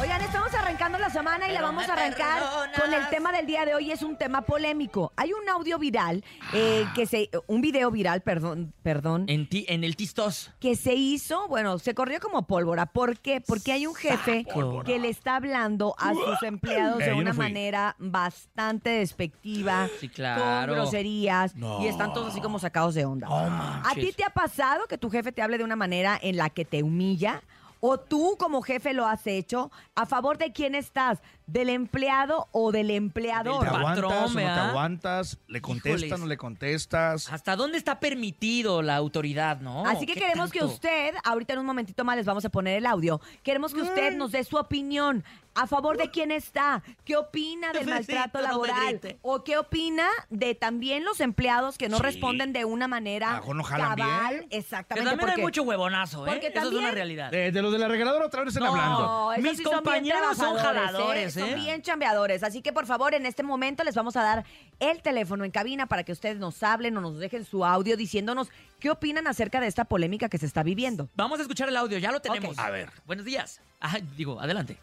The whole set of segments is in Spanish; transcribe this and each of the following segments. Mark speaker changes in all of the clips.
Speaker 1: Oigan, estamos arrancando la semana y la
Speaker 2: Pero
Speaker 1: vamos a
Speaker 2: me
Speaker 1: arrancar
Speaker 2: perdonas.
Speaker 1: con el tema del día de hoy. Es un tema polémico. Hay un audio viral, eh, que se, un video viral, perdón, perdón,
Speaker 3: En, ti, en el Tistos.
Speaker 1: que se hizo, bueno, se corrió como pólvora. ¿Por qué? Porque hay un jefe
Speaker 3: Pólvora.
Speaker 1: que le está hablando a sus empleados
Speaker 4: Eh,
Speaker 1: de
Speaker 4: yo no
Speaker 1: una
Speaker 4: fui.
Speaker 1: manera bastante despectiva,
Speaker 3: Sí, claro.
Speaker 1: con groserías,
Speaker 4: No.
Speaker 1: y están todos así como sacados de onda.
Speaker 3: No
Speaker 1: ¿A ti
Speaker 3: manches.
Speaker 1: te ha pasado que tu jefe te hable de una manera en la que te humilla? ¿O tú como jefe lo has hecho? ¿A favor de quién estás? ¿Del empleado o del
Speaker 4: ¿Te
Speaker 1: empleador?
Speaker 3: Del patrón,
Speaker 4: aguantas o no te
Speaker 3: ¿verdad?
Speaker 4: aguantas? ¿Le contestas
Speaker 3: Híjoles. Ah,
Speaker 4: no le contestas?
Speaker 3: ¿Hasta dónde está permitido la autoridad, no?
Speaker 1: Así que
Speaker 3: Oh, ¿Qué
Speaker 1: queremos que
Speaker 3: tanto?
Speaker 1: usted, ahorita en un momentito más les vamos a poner el audio, queremos que
Speaker 3: Mm.
Speaker 1: usted nos dé su opinión. ¿A favor de quién está? ¿Qué opina del
Speaker 3: Bebecito,
Speaker 1: maltrato
Speaker 3: no me
Speaker 1: laboral?
Speaker 3: grite.
Speaker 1: ¿O qué opina de también los empleados que no
Speaker 4: Sí.
Speaker 1: responden de una manera
Speaker 4: Ajo, no jalan
Speaker 1: cabal?
Speaker 4: bien.
Speaker 3: Que
Speaker 1: Exactamente.
Speaker 3: también hay
Speaker 1: porque-
Speaker 3: mucho huevonazo, ¿eh?
Speaker 1: porque
Speaker 3: Eso es una
Speaker 1: también-
Speaker 3: realidad.
Speaker 4: De, de los de la regaladora otra vez están hablando.
Speaker 1: No, esos
Speaker 3: Mis
Speaker 1: sí son bien
Speaker 3: compañeros son
Speaker 1: trabajadores,
Speaker 3: jaladores, ¿eh?
Speaker 1: Son bien chambeadores. Así que, por favor, en este momento les vamos a dar el teléfono en cabina para que ustedes nos hablen o nos dejen su audio diciéndonos qué opinan acerca de esta polémica que se está viviendo.
Speaker 3: Vamos a escuchar el audio, ya lo tenemos.
Speaker 1: Ok.
Speaker 4: A ver.
Speaker 3: Buenos días. Ajá, digo, adelante.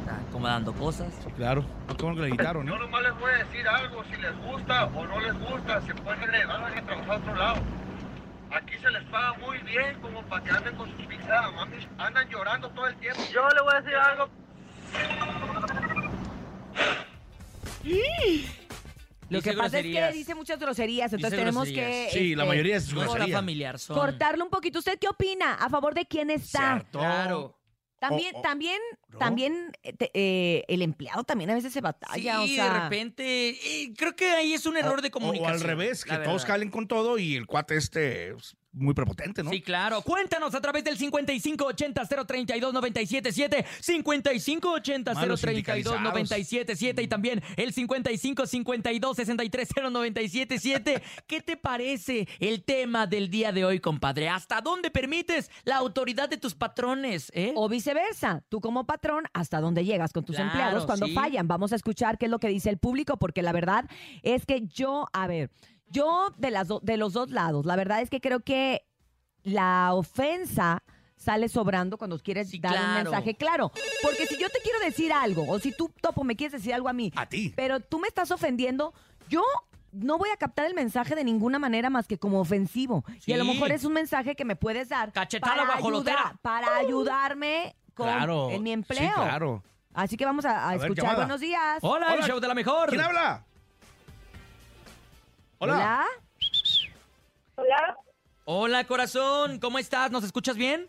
Speaker 3: Está acomodando cosas.
Speaker 4: Claro. No, ¿Cómo que le quitaron?
Speaker 5: Yo
Speaker 4: ¿eh?
Speaker 5: nomás les voy a decir algo, si les gusta o no les gusta, se pueden regresar a trabajar a otro lado. Aquí se les paga muy bien como para que anden con sus pisadas, mami, andan llorando todo el tiempo. Yo le voy a decir algo.
Speaker 1: Lo
Speaker 3: Dice
Speaker 1: que pasa es
Speaker 3: groserías.
Speaker 1: que dice muchas groserías, entonces
Speaker 3: Dice
Speaker 1: tenemos
Speaker 3: groserías.
Speaker 1: que
Speaker 4: Sí, la
Speaker 1: este,
Speaker 4: mayoría es
Speaker 3: No está
Speaker 4: grosería.
Speaker 3: familiar, son...
Speaker 1: cortarle un poquito. ¿Usted qué opina? ¿A favor de quién está?
Speaker 4: Cierto.
Speaker 3: Claro.
Speaker 1: También,
Speaker 4: O- o-
Speaker 1: también,
Speaker 4: ¿no?
Speaker 1: también eh, te- eh, el empleado también a veces se batalla.
Speaker 3: sí,
Speaker 1: o sea,
Speaker 3: de repente... eh, creo que ahí es un error
Speaker 4: O-
Speaker 3: de
Speaker 4: o-
Speaker 3: comunicación.
Speaker 4: O al revés, que
Speaker 3: la
Speaker 4: todos
Speaker 3: verdad.
Speaker 4: calen con todo y el cuate este es muy prepotente, ¿no?
Speaker 3: Sí, claro. Cuéntanos a través del 5580-032-977, 5580-032-977 y también el 5552-630977. ¿Qué te parece el tema del día de hoy, compadre? ¿Hasta dónde permites la autoridad de tus patrones? eh?
Speaker 1: O viceversa, tú como patrón, hasta dónde llegas con tus
Speaker 3: Claro,
Speaker 1: empleados cuando
Speaker 3: sí.
Speaker 1: fallan. Vamos a escuchar qué es lo que dice el público, porque la verdad es que yo, a ver, yo de, las do- de los dos lados, la verdad es que creo que la ofensa sale sobrando cuando quieres
Speaker 3: Sí,
Speaker 1: dar un
Speaker 3: claro.
Speaker 1: mensaje claro. Porque si yo te quiero decir algo, o si tú, Topo, me quieres decir algo a mí,
Speaker 4: A ti.
Speaker 1: pero tú me estás ofendiendo, yo no voy a captar el mensaje de ninguna manera más que como ofensivo. Y a lo
Speaker 3: Sí.
Speaker 1: mejor es un mensaje que me puedes dar
Speaker 3: Cachetada
Speaker 1: para,
Speaker 3: guajolotera.
Speaker 1: para ayudarme con
Speaker 4: Claro.
Speaker 1: en mi empleo.
Speaker 4: Sí, claro.
Speaker 1: Así que vamos a, a
Speaker 4: A ver,
Speaker 1: escuchar.
Speaker 4: llamada.
Speaker 1: Buenos días.
Speaker 3: Hola, el
Speaker 4: Hola.
Speaker 3: show de la mejor.
Speaker 4: ¿Quién habla? Hola.
Speaker 1: Hola.
Speaker 6: Hola,
Speaker 3: Hola, corazón. ¿Cómo estás? ¿Nos escuchas bien?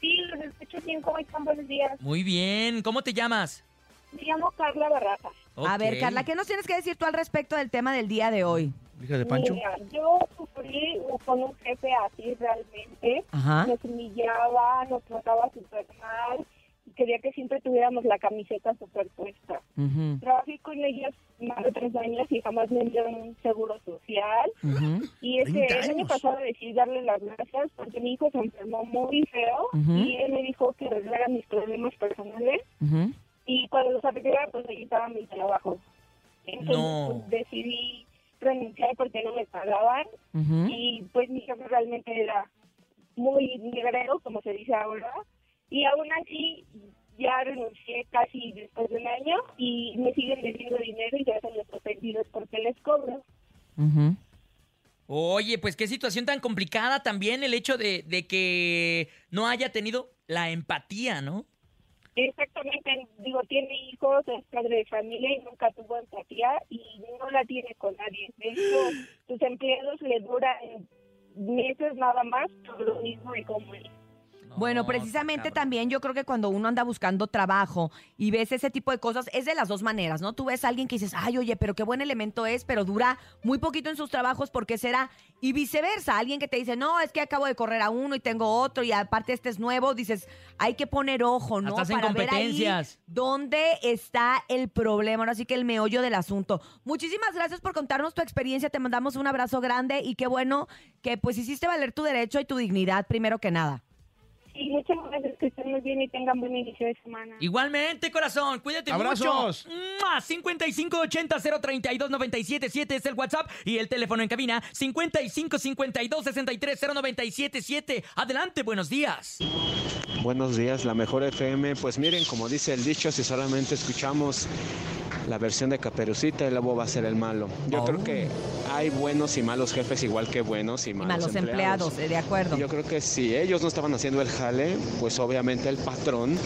Speaker 6: sí, los escucho bien, ¿cómo están? Buenos días.
Speaker 3: Muy bien. ¿Cómo te llamas?
Speaker 6: Me llamo Carla Barraza.
Speaker 1: A ver,
Speaker 3: Ok.
Speaker 1: Carla, ¿qué nos tienes que decir tú al respecto del tema del día de hoy?
Speaker 4: Hija de Pancho.
Speaker 6: Mira, yo sufrí con un jefe así realmente.
Speaker 4: Ah.
Speaker 1: Ajá.
Speaker 6: Nos humillaba, nos trataba súper mal y quería que siempre tuviéramos la camiseta súper puesta.
Speaker 1: Ujú,
Speaker 6: Trabajé con ellos más de tres años y jamás me dieron un seguro social.
Speaker 1: ujú,
Speaker 6: Y ese
Speaker 4: 30
Speaker 6: el año
Speaker 4: años.
Speaker 6: pasado decidí darle las gracias porque mi hijo se enfermó muy feo
Speaker 1: Ujú.
Speaker 6: y él me dijo que arreglara mis problemas personales.
Speaker 1: ujú.
Speaker 6: y cuando los arreglaba pues ahí estaba mi trabajo. Entonces
Speaker 3: No.
Speaker 6: pues, decidí renunciar porque no me pagaban
Speaker 1: Ujú.
Speaker 6: y pues mi jefe realmente era muy negrero, como se dice ahora, y aún así ya renuncié casi después de un año y me siguen debiendo dinero y ya son los ofendidos porque les cobro.
Speaker 1: Ujú.
Speaker 3: Oye, pues qué situación tan complicada también el hecho de, de que no haya tenido la empatía, ¿no?
Speaker 6: Exactamente, digo, tiene hijos, es padre de familia y nunca tuvo empatía y no la tiene con nadie. De hecho, sus empleados le duran meses nada más por lo mismo de como él.
Speaker 1: Bueno,
Speaker 3: No,
Speaker 1: precisamente
Speaker 3: está cabrón.
Speaker 1: también yo creo que cuando uno anda buscando trabajo y ves ese tipo de cosas, es de las dos maneras, ¿no? Tú ves a alguien que dices, ay, oye, pero qué buen elemento es, pero dura muy poquito en sus trabajos, porque será? Y viceversa, alguien que te dice, no, es que acabo de correr a uno y tengo otro, y aparte este es nuevo, dices, hay que poner ojo, ¿no?
Speaker 3: Hasta hacen
Speaker 1: ver ahí
Speaker 3: competencias.
Speaker 1: dónde está el problema, ahora sí que el meollo del asunto. Muchísimas gracias por contarnos tu experiencia, te mandamos un abrazo grande y qué bueno que pues hiciste valer tu derecho y tu dignidad primero que nada.
Speaker 6: Y muchas gracias, que estén muy bien y tengan buen inicio de semana.
Speaker 3: Igualmente, corazón, cuídate
Speaker 4: Abrazos.
Speaker 3: mucho. ¡Mua! 5580 032 977 es el WhatsApp y el teléfono en cabina 5552 63 0977. Adelante, buenos días.
Speaker 2: Buenos días, la mejor FM. Pues miren, como dice el dicho, si solamente escuchamos la versión de Caperucita, el lobo va a ser el malo. Yo
Speaker 3: Oh.
Speaker 2: creo que hay buenos y malos jefes, igual que buenos y
Speaker 1: Y
Speaker 2: malos,
Speaker 1: malos
Speaker 2: empleados.
Speaker 1: empleados, eh, de acuerdo.
Speaker 2: Yo creo que si ellos no estaban haciendo el jale, pues obviamente el patrón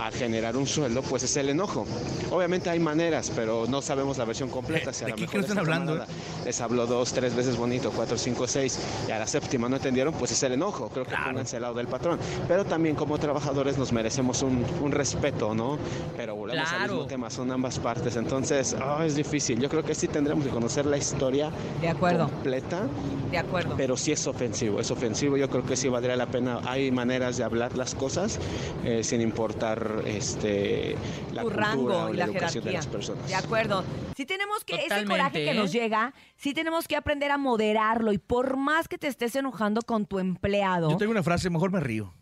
Speaker 2: al generar un sueldo, pues es el enojo. Obviamente hay maneras, pero no sabemos la versión completa.
Speaker 4: Eh,
Speaker 2: Si a
Speaker 4: ¿de
Speaker 2: lo
Speaker 4: qué
Speaker 2: mejor
Speaker 4: creen que están
Speaker 2: esta
Speaker 4: hablando,
Speaker 2: camarada Les habló dos, tres veces bonito, cuatro, cinco, seis, y a la séptima no entendieron, pues es el enojo. Creo que pónganse al lado del patrón. Pero también como trabajadores nos merecemos un, un respeto, ¿no? Pero volvemos al
Speaker 3: Claro.
Speaker 2: mismo tema, son ambas partes. Entonces, ah, es difícil. Yo creo que sí tendremos que conocer la historia
Speaker 1: De acuerdo,
Speaker 2: completa
Speaker 1: de acuerdo.
Speaker 2: pero sí es ofensivo, es ofensivo, yo creo que sí valdría la pena, hay maneras de hablar las cosas eh, sin importar este, la
Speaker 1: tu
Speaker 2: cultura
Speaker 1: rango
Speaker 2: o
Speaker 1: y
Speaker 2: la,
Speaker 1: la
Speaker 2: educación de
Speaker 1: jerarquía.
Speaker 2: las personas.
Speaker 1: De acuerdo. Si tenemos que, ese
Speaker 3: Totalmente,
Speaker 1: coraje que
Speaker 3: ¿eh?
Speaker 1: nos llega, si tenemos que aprender a moderarlo y por más que te estés enojando con tu empleado,
Speaker 4: Yo tengo una frase, mejor me río.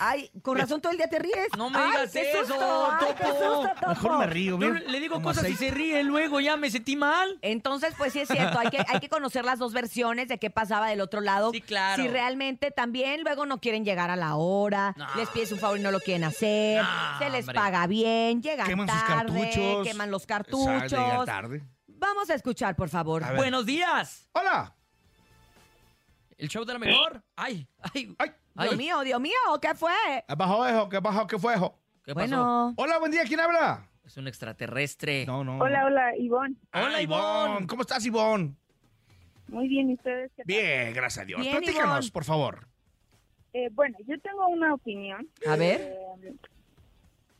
Speaker 1: ay, con razón todo el día te ríes.
Speaker 3: No me
Speaker 1: Ay,
Speaker 3: digas
Speaker 1: qué
Speaker 3: eso,
Speaker 1: susto, ay, qué
Speaker 3: Topo.
Speaker 1: susto, Topo.
Speaker 4: Mejor me
Speaker 3: Yo
Speaker 4: río. bien,
Speaker 3: le digo
Speaker 4: como
Speaker 3: cosas y
Speaker 4: aceite.
Speaker 3: se ríe luego, ya me sentí mal.
Speaker 1: Entonces, pues sí es cierto, hay que, hay que conocer las dos versiones de qué pasaba del otro lado.
Speaker 3: Sí, claro.
Speaker 1: Si realmente también luego no quieren llegar a la hora,
Speaker 3: No.
Speaker 1: les pides un favor y no lo quieren hacer,
Speaker 3: No,
Speaker 1: se les
Speaker 3: hombre.
Speaker 1: paga bien, llegan
Speaker 4: Queman sus
Speaker 1: tarde,
Speaker 4: cartuchos.
Speaker 1: queman los
Speaker 4: Exacto, llegar
Speaker 1: cartuchos.
Speaker 4: tarde.
Speaker 1: Vamos a escuchar, por favor.
Speaker 4: A ver.
Speaker 3: Buenos días.
Speaker 4: Hola.
Speaker 3: El show de la mejor. Ay, ay,
Speaker 4: Ay,
Speaker 1: Dios
Speaker 3: ay.
Speaker 1: mío, Dios mío, ¿qué fue?
Speaker 4: ¿qué pasó, hijo? ¿Qué pasó? ¿Qué fue, hijo?
Speaker 3: ¿Qué pasó?
Speaker 1: Bueno,
Speaker 4: Hola, buen día. ¿Quién habla?
Speaker 3: Es un extraterrestre.
Speaker 4: No, no.
Speaker 6: Hola, hola, Ivonne.
Speaker 4: Hola,
Speaker 3: Hola,
Speaker 4: Ivonne.
Speaker 3: Ivonne.
Speaker 4: ¿Cómo estás, Ivonne?
Speaker 6: Muy bien, ¿y ustedes qué tal?
Speaker 4: Bien, gracias a Dios.
Speaker 1: Bien,
Speaker 4: Platícanos,
Speaker 1: Ivonne.
Speaker 4: por favor.
Speaker 6: Eh, bueno, yo tengo una opinión.
Speaker 1: a ver,
Speaker 6: Eh,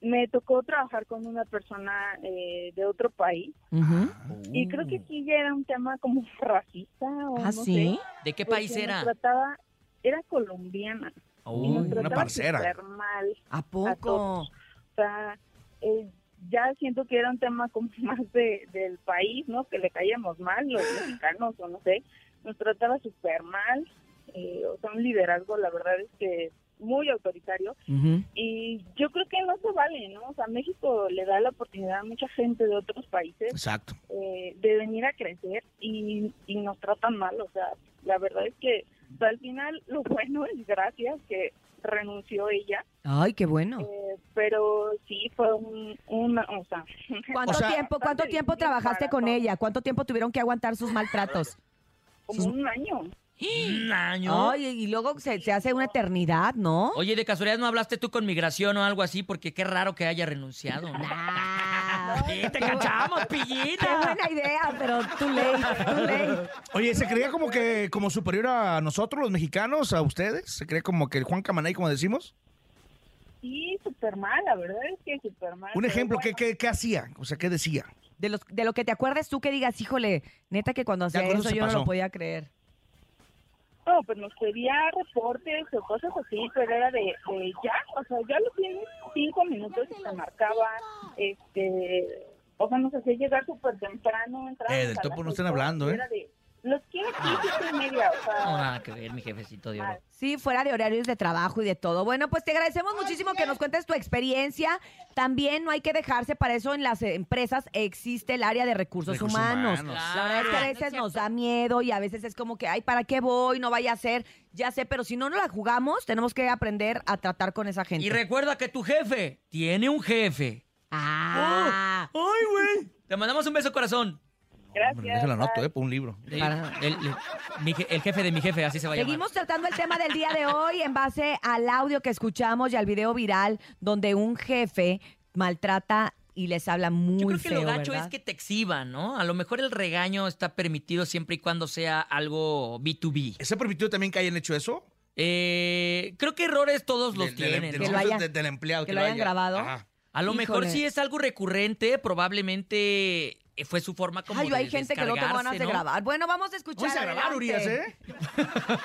Speaker 6: me tocó trabajar con una persona eh, de otro país
Speaker 1: ujú.
Speaker 6: y creo que aquí ya era un tema como racista o
Speaker 1: Uh. ¿Ah,
Speaker 6: no
Speaker 1: sí?
Speaker 6: sé.
Speaker 3: ¿De qué
Speaker 6: porque
Speaker 3: país
Speaker 6: Eh,
Speaker 3: era?
Speaker 6: nos trataba- era colombiana. y
Speaker 3: Oh.
Speaker 6: nos
Speaker 4: una
Speaker 6: trataba
Speaker 4: parcera.
Speaker 6: súper mal.
Speaker 1: ¿A poco?
Speaker 6: todos. O sea, eh, ya siento que era un tema como más de, del país, ¿no? Que le caíamos mal, los mexicanos, o no sé. Nos trataba súper mal. eh, o sea, un liderazgo, la verdad es que muy autoritario.
Speaker 1: Ujú.
Speaker 6: Y yo creo que no se vale, ¿no? O sea, México le da la oportunidad a mucha gente de otros países
Speaker 4: Exacto.
Speaker 6: eh, de venir a crecer y, y nos tratan mal. O sea, la verdad es que o sea, al final lo bueno es gracias que renunció ella,
Speaker 1: Ay, qué bueno.
Speaker 6: eh, pero sí fue un, una, o sea,
Speaker 1: ¿Cuánto
Speaker 4: sea-
Speaker 1: tiempo, cuánto
Speaker 6: bastante
Speaker 1: tiempo
Speaker 6: difícil
Speaker 1: trabajaste
Speaker 6: para
Speaker 1: con
Speaker 6: todos.
Speaker 1: ella? ¿Cuánto tiempo tuvieron que aguantar sus maltratos?
Speaker 6: como un año.
Speaker 3: Un año.
Speaker 1: Ay, y luego se, se hace una eternidad, ¿no?
Speaker 3: Oye, de casualidad no hablaste tú con migración o algo así, porque qué raro que haya renunciado. ¿no?
Speaker 1: Nah.
Speaker 3: Sí, te cachamos,
Speaker 1: Qué
Speaker 3: pillina.
Speaker 1: buena idea, pero tú ley, tú ley.
Speaker 4: Oye, ¿se creía como que como superior a nosotros, los mexicanos, a ustedes? ¿Se cree como que el Juan Camaney, como decimos?
Speaker 6: Sí, súper mal, la verdad es que súper mal.
Speaker 4: Un
Speaker 6: pero
Speaker 4: ejemplo, ¿qué,
Speaker 6: bueno,
Speaker 4: qué, qué hacía? O sea, ¿qué decía?
Speaker 1: De, los, de lo que te acuerdes tú que digas, híjole, neta que cuando hacía
Speaker 4: acuerdo
Speaker 1: eso
Speaker 4: se
Speaker 1: yo no lo
Speaker 4: pasó.
Speaker 1: podía creer.
Speaker 6: No, pues nos pedía reportes o cosas así, pero era de, de ya, o sea, ya lo tienes cinco minutos y te marcaba, este, o sea, nos hacía llegar súper temprano. entrábamos
Speaker 4: Eh, del
Speaker 6: a las
Speaker 4: topo no están
Speaker 6: ocho,
Speaker 4: hablando,
Speaker 6: y
Speaker 4: ¿eh? Ah.
Speaker 6: Era de, los quiero aquí siete y media, o sea,
Speaker 3: No, nada que ver, mi jefecito de oro.
Speaker 1: Sí, fuera de horarios de trabajo y de todo. Bueno, pues te agradecemos muchísimo que nos cuentes tu experiencia. También no hay que dejarse para eso en las eh, empresas existe el área de recursos,
Speaker 4: Recursos
Speaker 1: humanos.
Speaker 4: humanos.
Speaker 1: La verdad es que a
Speaker 3: Claro. No
Speaker 1: veces
Speaker 3: es
Speaker 1: nos
Speaker 3: cierto.
Speaker 1: da miedo y a veces es como que, ay, ¿para qué voy? No vaya a ser. Ya sé, pero si no nos la jugamos, tenemos que aprender a tratar con esa gente.
Speaker 3: Y recuerda que tu jefe tiene un jefe.
Speaker 1: ah.
Speaker 3: ¡Ay, güey! Te mandamos un beso, corazón.
Speaker 4: Hombre,
Speaker 6: gracias.
Speaker 4: déjala
Speaker 6: bye.
Speaker 4: anoto, eh, por un libro.
Speaker 3: El, el- mi je- el jefe de mi jefe, así se va a llamar.
Speaker 1: Seguimos tratando el tema del día de hoy en base al audio que escuchamos y al video viral donde un jefe maltrata y les habla muy
Speaker 3: Yo creo que
Speaker 1: feo,
Speaker 3: lo gacho
Speaker 1: ¿verdad?
Speaker 3: es que te exhiban, ¿no? A lo mejor el regaño está permitido siempre y cuando sea algo B2B.
Speaker 4: ¿Se permitió también que hayan hecho eso?
Speaker 3: Eh, creo que errores todos los
Speaker 4: Del- del-
Speaker 3: tienen.
Speaker 4: del-
Speaker 1: Que
Speaker 3: ¿no?
Speaker 1: lo hayan-
Speaker 4: del- del empleado.
Speaker 1: que lo hayan grabado.
Speaker 4: Ajá.
Speaker 3: A lo mejor
Speaker 1: Híjole.
Speaker 3: si es algo recurrente, probablemente eh, fue su forma como
Speaker 1: Ay,
Speaker 3: de
Speaker 1: hay gente que no tengo ganas
Speaker 3: descargarse,
Speaker 1: de
Speaker 3: ¿no?
Speaker 1: grabar. Bueno, vamos a escuchar.
Speaker 4: Vamos a grabar,
Speaker 1: adelante.
Speaker 4: Urias, ¿eh?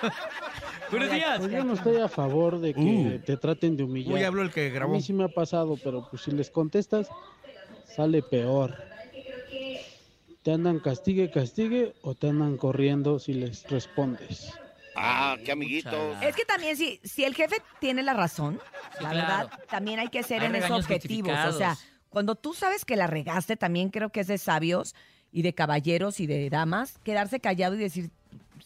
Speaker 3: Buenos días.
Speaker 7: Pues yo no estoy a favor de que
Speaker 8: Mm.
Speaker 7: te traten de humillar.
Speaker 4: Uy, habló el que
Speaker 7: a
Speaker 4: grabó.
Speaker 7: mí sí me ha pasado, pero pues si les contestas, sale peor. Te andan castigue, castigue o te andan corriendo si les respondes.
Speaker 9: Ah, qué amiguitos.
Speaker 1: Es que también si, si el jefe tiene la razón,
Speaker 3: Sí,
Speaker 1: la
Speaker 3: claro.
Speaker 1: verdad, también hay que ser
Speaker 3: Hay
Speaker 1: en esos
Speaker 3: regaños
Speaker 1: objetivos. O sea,
Speaker 3: justificados.
Speaker 1: cuando tú sabes que la regaste, también creo que es de sabios y de caballeros y de damas, quedarse callado y decir,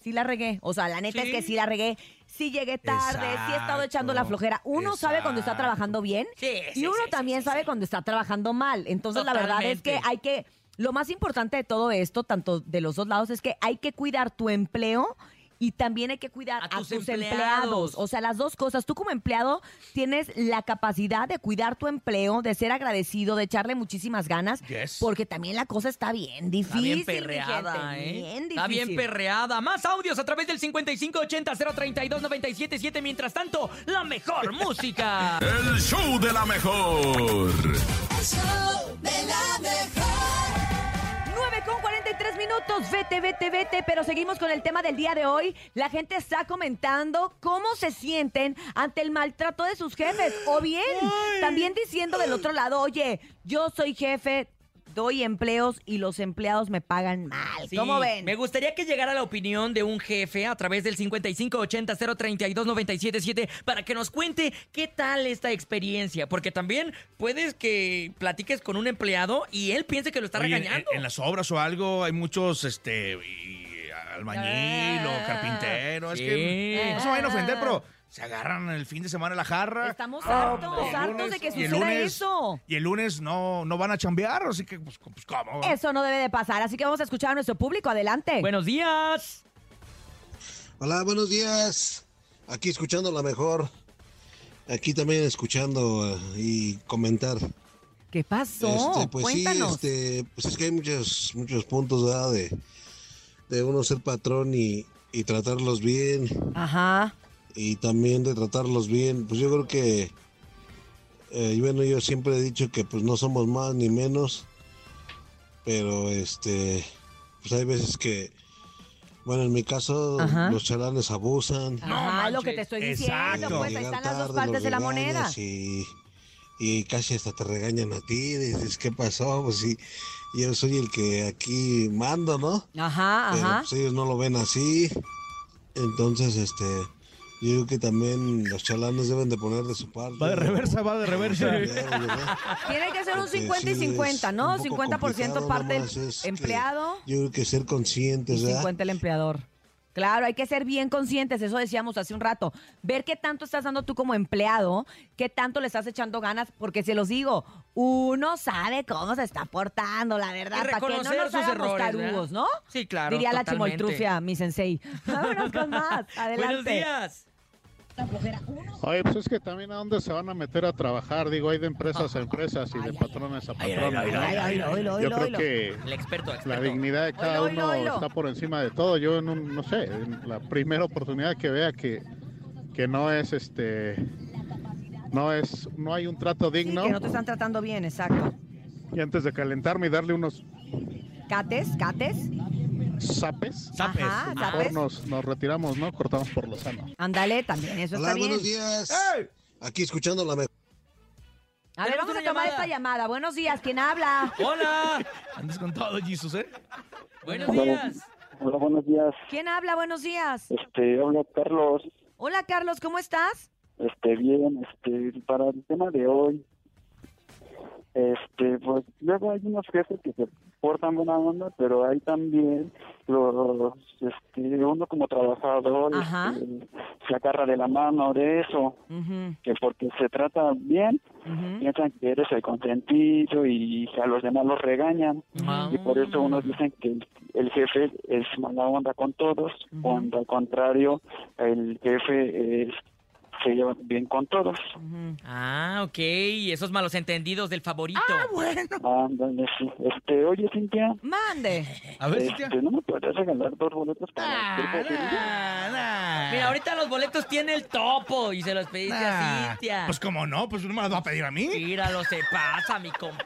Speaker 1: sí la regué. O sea, la neta es que
Speaker 3: Sí.
Speaker 1: sí la regué, sí llegué tarde, sí he estado echando la
Speaker 4: Exacto,
Speaker 1: flojera. Uno sabe cuando está
Speaker 4: exacto.
Speaker 1: trabajando bien
Speaker 3: Sí, sí,
Speaker 1: y uno
Speaker 3: sí,
Speaker 1: también
Speaker 3: sí,
Speaker 1: sabe
Speaker 3: sí.
Speaker 1: cuando está trabajando mal. Entonces, la verdad es que
Speaker 3: Totalmente.
Speaker 1: hay que, lo más importante de todo esto, tanto de los dos lados, es que hay que cuidar tu empleo y también hay que cuidar
Speaker 3: A
Speaker 1: a,
Speaker 3: tus
Speaker 1: tus,
Speaker 3: empleados.
Speaker 1: empleados. O sea, las dos cosas. Tú como empleado tienes la capacidad de cuidar tu empleo, de ser agradecido, de echarle muchísimas ganas,
Speaker 4: Yes.
Speaker 1: porque también la cosa está bien
Speaker 3: Está
Speaker 1: difícil.
Speaker 3: bien perreada,
Speaker 1: mi
Speaker 3: ¿eh?
Speaker 1: gente, Bien difícil.
Speaker 3: Está bien perreada. Más audios a través del 5580-032-977. Mientras tanto, la mejor música.
Speaker 10: El show de la mejor.
Speaker 1: Nueve con 43 minutos, vete, vete, vete, pero seguimos con el tema del día de hoy. La gente está comentando cómo se sienten ante el maltrato de sus jefes, o bien también diciendo del otro lado, oye, yo soy jefe, doy empleos y los empleados me pagan mal.
Speaker 3: Sí,
Speaker 1: ¿Cómo ven?
Speaker 3: Me gustaría que llegara la opinión de un jefe a través del 5580-032-977 para que nos cuente qué tal esta experiencia. Porque también puedes que platiques con un empleado y él piense que lo está
Speaker 4: Oye, en-
Speaker 3: regañando.
Speaker 4: En, las obras o algo hay muchos, este, y- albañil
Speaker 3: Ah,
Speaker 4: o carpintero.
Speaker 3: sí.
Speaker 4: Es que no se vayan a ofender, pero se agarran el fin de semana la jarra.
Speaker 1: Estamos
Speaker 4: Ah, Hombre,
Speaker 1: hartos,
Speaker 4: el
Speaker 1: hartos
Speaker 4: lunes-
Speaker 1: de que
Speaker 4: y el
Speaker 1: suceda
Speaker 4: lunes-
Speaker 1: eso.
Speaker 4: Y el lunes no, no van a chambear, así que, pues, pues, ¿cómo?
Speaker 1: Eso no debe de pasar, así que vamos a escuchar a nuestro público, adelante.
Speaker 3: Buenos días.
Speaker 8: Hola, Ah, buenos días. Aquí escuchando la mejor. Aquí también escuchando eh, y comentar.
Speaker 1: ¿Qué pasó?
Speaker 8: Este, pues
Speaker 1: Cuéntanos.
Speaker 8: sí, este, pues es que hay muchos, muchos puntos ¿verdad? de, de uno ser patrón y, y tratarlos bien
Speaker 1: Ajá.
Speaker 8: y también de tratarlos bien. Pues yo creo que, eh, y bueno, yo siempre he dicho que pues no somos más ni menos, pero este, pues hay veces que, bueno, en mi caso
Speaker 1: Ajá.
Speaker 8: los chalanes abusan.
Speaker 1: Ajá, lo que te
Speaker 4: manches,
Speaker 1: estoy diciendo,
Speaker 4: exacto.
Speaker 1: pues ahí
Speaker 8: Llegar
Speaker 1: están las dos
Speaker 8: tarde,
Speaker 1: partes
Speaker 8: los
Speaker 1: de la
Speaker 8: regañas
Speaker 1: moneda.
Speaker 8: Y, y casi hasta te regañan a ti, dices, ¿qué pasó? Pues sí, yo soy el que aquí mando, ¿no?
Speaker 1: Ajá,
Speaker 8: Pero,
Speaker 1: ajá.
Speaker 8: pues, ellos no lo ven así. Entonces, este, yo creo que también los chalanes deben de poner de su parte.
Speaker 4: Va de reversa, va de reversa.
Speaker 1: Tiene que ser un
Speaker 8: Porque
Speaker 1: 50 y
Speaker 8: sí es
Speaker 1: 50, ¿no?
Speaker 8: un poco
Speaker 1: 50%
Speaker 8: complicado,
Speaker 1: parte
Speaker 8: nomás es que
Speaker 1: empleado
Speaker 8: Yo creo que ser conscientes,
Speaker 1: y
Speaker 8: ¿verdad?
Speaker 1: 50 el empleador. Claro, hay que ser bien conscientes, eso decíamos hace un rato. Ver qué tanto estás dando tú como empleado, qué tanto le estás echando ganas, porque se los digo, uno sabe cómo se está portando, la verdad,
Speaker 3: Y
Speaker 1: para que no
Speaker 3: reconocer
Speaker 1: nos
Speaker 3: sus
Speaker 1: hagamos
Speaker 3: errores,
Speaker 1: tarugos,
Speaker 3: ¿verdad?
Speaker 1: ¿no?
Speaker 3: Sí, claro.
Speaker 1: Diría la
Speaker 3: totalmente.
Speaker 1: chimoltrufia, mi sensei. Vámonos con más, adelante.
Speaker 3: Buenos días.
Speaker 7: Oye, pues es que también a dónde se van a meter a trabajar, digo, hay de empresas a empresas y de patrones a patrones.
Speaker 1: ay,
Speaker 7: ¿no?
Speaker 1: ay, ay, oílo,
Speaker 7: Yo
Speaker 1: oílo,
Speaker 7: creo
Speaker 1: oílo.
Speaker 7: que
Speaker 3: El experto,
Speaker 7: la
Speaker 3: experto.
Speaker 7: dignidad de cada
Speaker 1: Oílo, oílo,
Speaker 7: uno
Speaker 1: oílo.
Speaker 7: está por encima de todo. Yo en un- no sé, en la primera oportunidad que vea que, que no es este no es no hay un trato
Speaker 1: Sí,
Speaker 7: digno
Speaker 1: que no te están tratando bien, exacto.
Speaker 7: y antes de calentarme y darle unos
Speaker 1: ¿Cates? ¿Cates?
Speaker 7: zapes,
Speaker 4: Zapes.
Speaker 1: Ajá,
Speaker 7: mejor
Speaker 1: ¿zapes?
Speaker 7: nos, nos retiramos, ¿no? Cortamos por lo sano.
Speaker 1: Ándale, también, eso
Speaker 8: Hola,
Speaker 1: está bien.
Speaker 8: buenos días.
Speaker 4: ¡Ey!
Speaker 8: Aquí escuchando la mejor.
Speaker 1: A ver,
Speaker 3: Tenemos
Speaker 1: vamos a
Speaker 3: una
Speaker 1: tomar
Speaker 3: llamada.
Speaker 1: esta llamada. Buenos días, ¿quién habla?
Speaker 3: Hola.
Speaker 4: Andas con todo, Jesus, ¿eh?
Speaker 3: Buenos días.
Speaker 11: Hola, buenos días.
Speaker 1: ¿Quién habla? Buenos días.
Speaker 11: Este, hola Carlos.
Speaker 1: Hola, Carlos, ¿cómo estás?
Speaker 11: Este, bien, este, para el tema de hoy. Este, pues luego hay unos jefes que se portan buena onda, pero hay también los, este, uno como trabajador
Speaker 1: Ajá.
Speaker 11: este, se agarra de la mano de eso,
Speaker 1: Ujú,
Speaker 11: que porque se trata bien,
Speaker 1: ujú,
Speaker 11: piensan que eres el consentido y a los demás los regañan.
Speaker 1: ujú.
Speaker 11: Y por eso unos dicen que el, el jefe es mala onda con todos,
Speaker 1: Ujú.
Speaker 11: cuando al contrario, el jefe es- se lleva bien con todos.
Speaker 1: Ujú.
Speaker 3: Ah, ok. Esos malos entendidos del favorito.
Speaker 1: Ah,
Speaker 11: Ándale, sí. este, oye, Cintia,
Speaker 1: Mande.
Speaker 4: A
Speaker 8: Pues,
Speaker 4: ver, Cintia.
Speaker 11: este, ¿no me podrías regalar dos boletos para el
Speaker 3: Ah,
Speaker 11: Circo Cirque?
Speaker 3: nah, nah. Mira, ahorita los boletos tiene el topo y se los pediste a
Speaker 4: Nah,
Speaker 3: Cintia.
Speaker 4: Pues cómo no, pues uno me las va a pedir a mí.
Speaker 3: Míralo, se pasa, mi
Speaker 4: Pues,
Speaker 11: Es que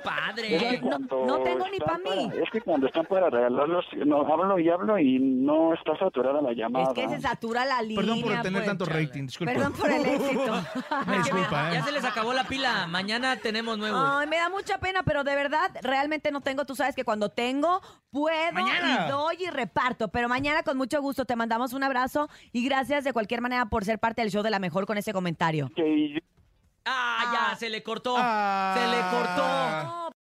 Speaker 3: compadre.
Speaker 11: cuando
Speaker 1: no tengo ni
Speaker 11: están
Speaker 1: pa' mí.
Speaker 11: para- es que cuando están para regalarlos, no, hablo y hablo y no está saturada la llamada.
Speaker 1: Es que se satura la línea.
Speaker 4: Perdón por tener
Speaker 1: pues.
Speaker 4: tanto
Speaker 3: chale.
Speaker 4: rating, disculpa.
Speaker 1: Perdón por el pobrecito.
Speaker 4: Una disculpa,
Speaker 3: Ya
Speaker 4: ¿eh? Ah.
Speaker 3: se les acabó la pila. Mañana tenemos nuevos.
Speaker 1: Ay, me da mucha pena, pero de verdad, realmente no tengo. Tú sabes que cuando tengo, puedo
Speaker 4: Mañana.
Speaker 1: y doy y reparto. Pero mañana, con mucho gusto, te mandamos un abrazo y gracias de cualquier manera por ser parte del show de la mejor con ese comentario.
Speaker 11: Que yo-
Speaker 3: Ah, ya, se le cortó.
Speaker 4: Ah.
Speaker 3: Se le cortó.
Speaker 1: No,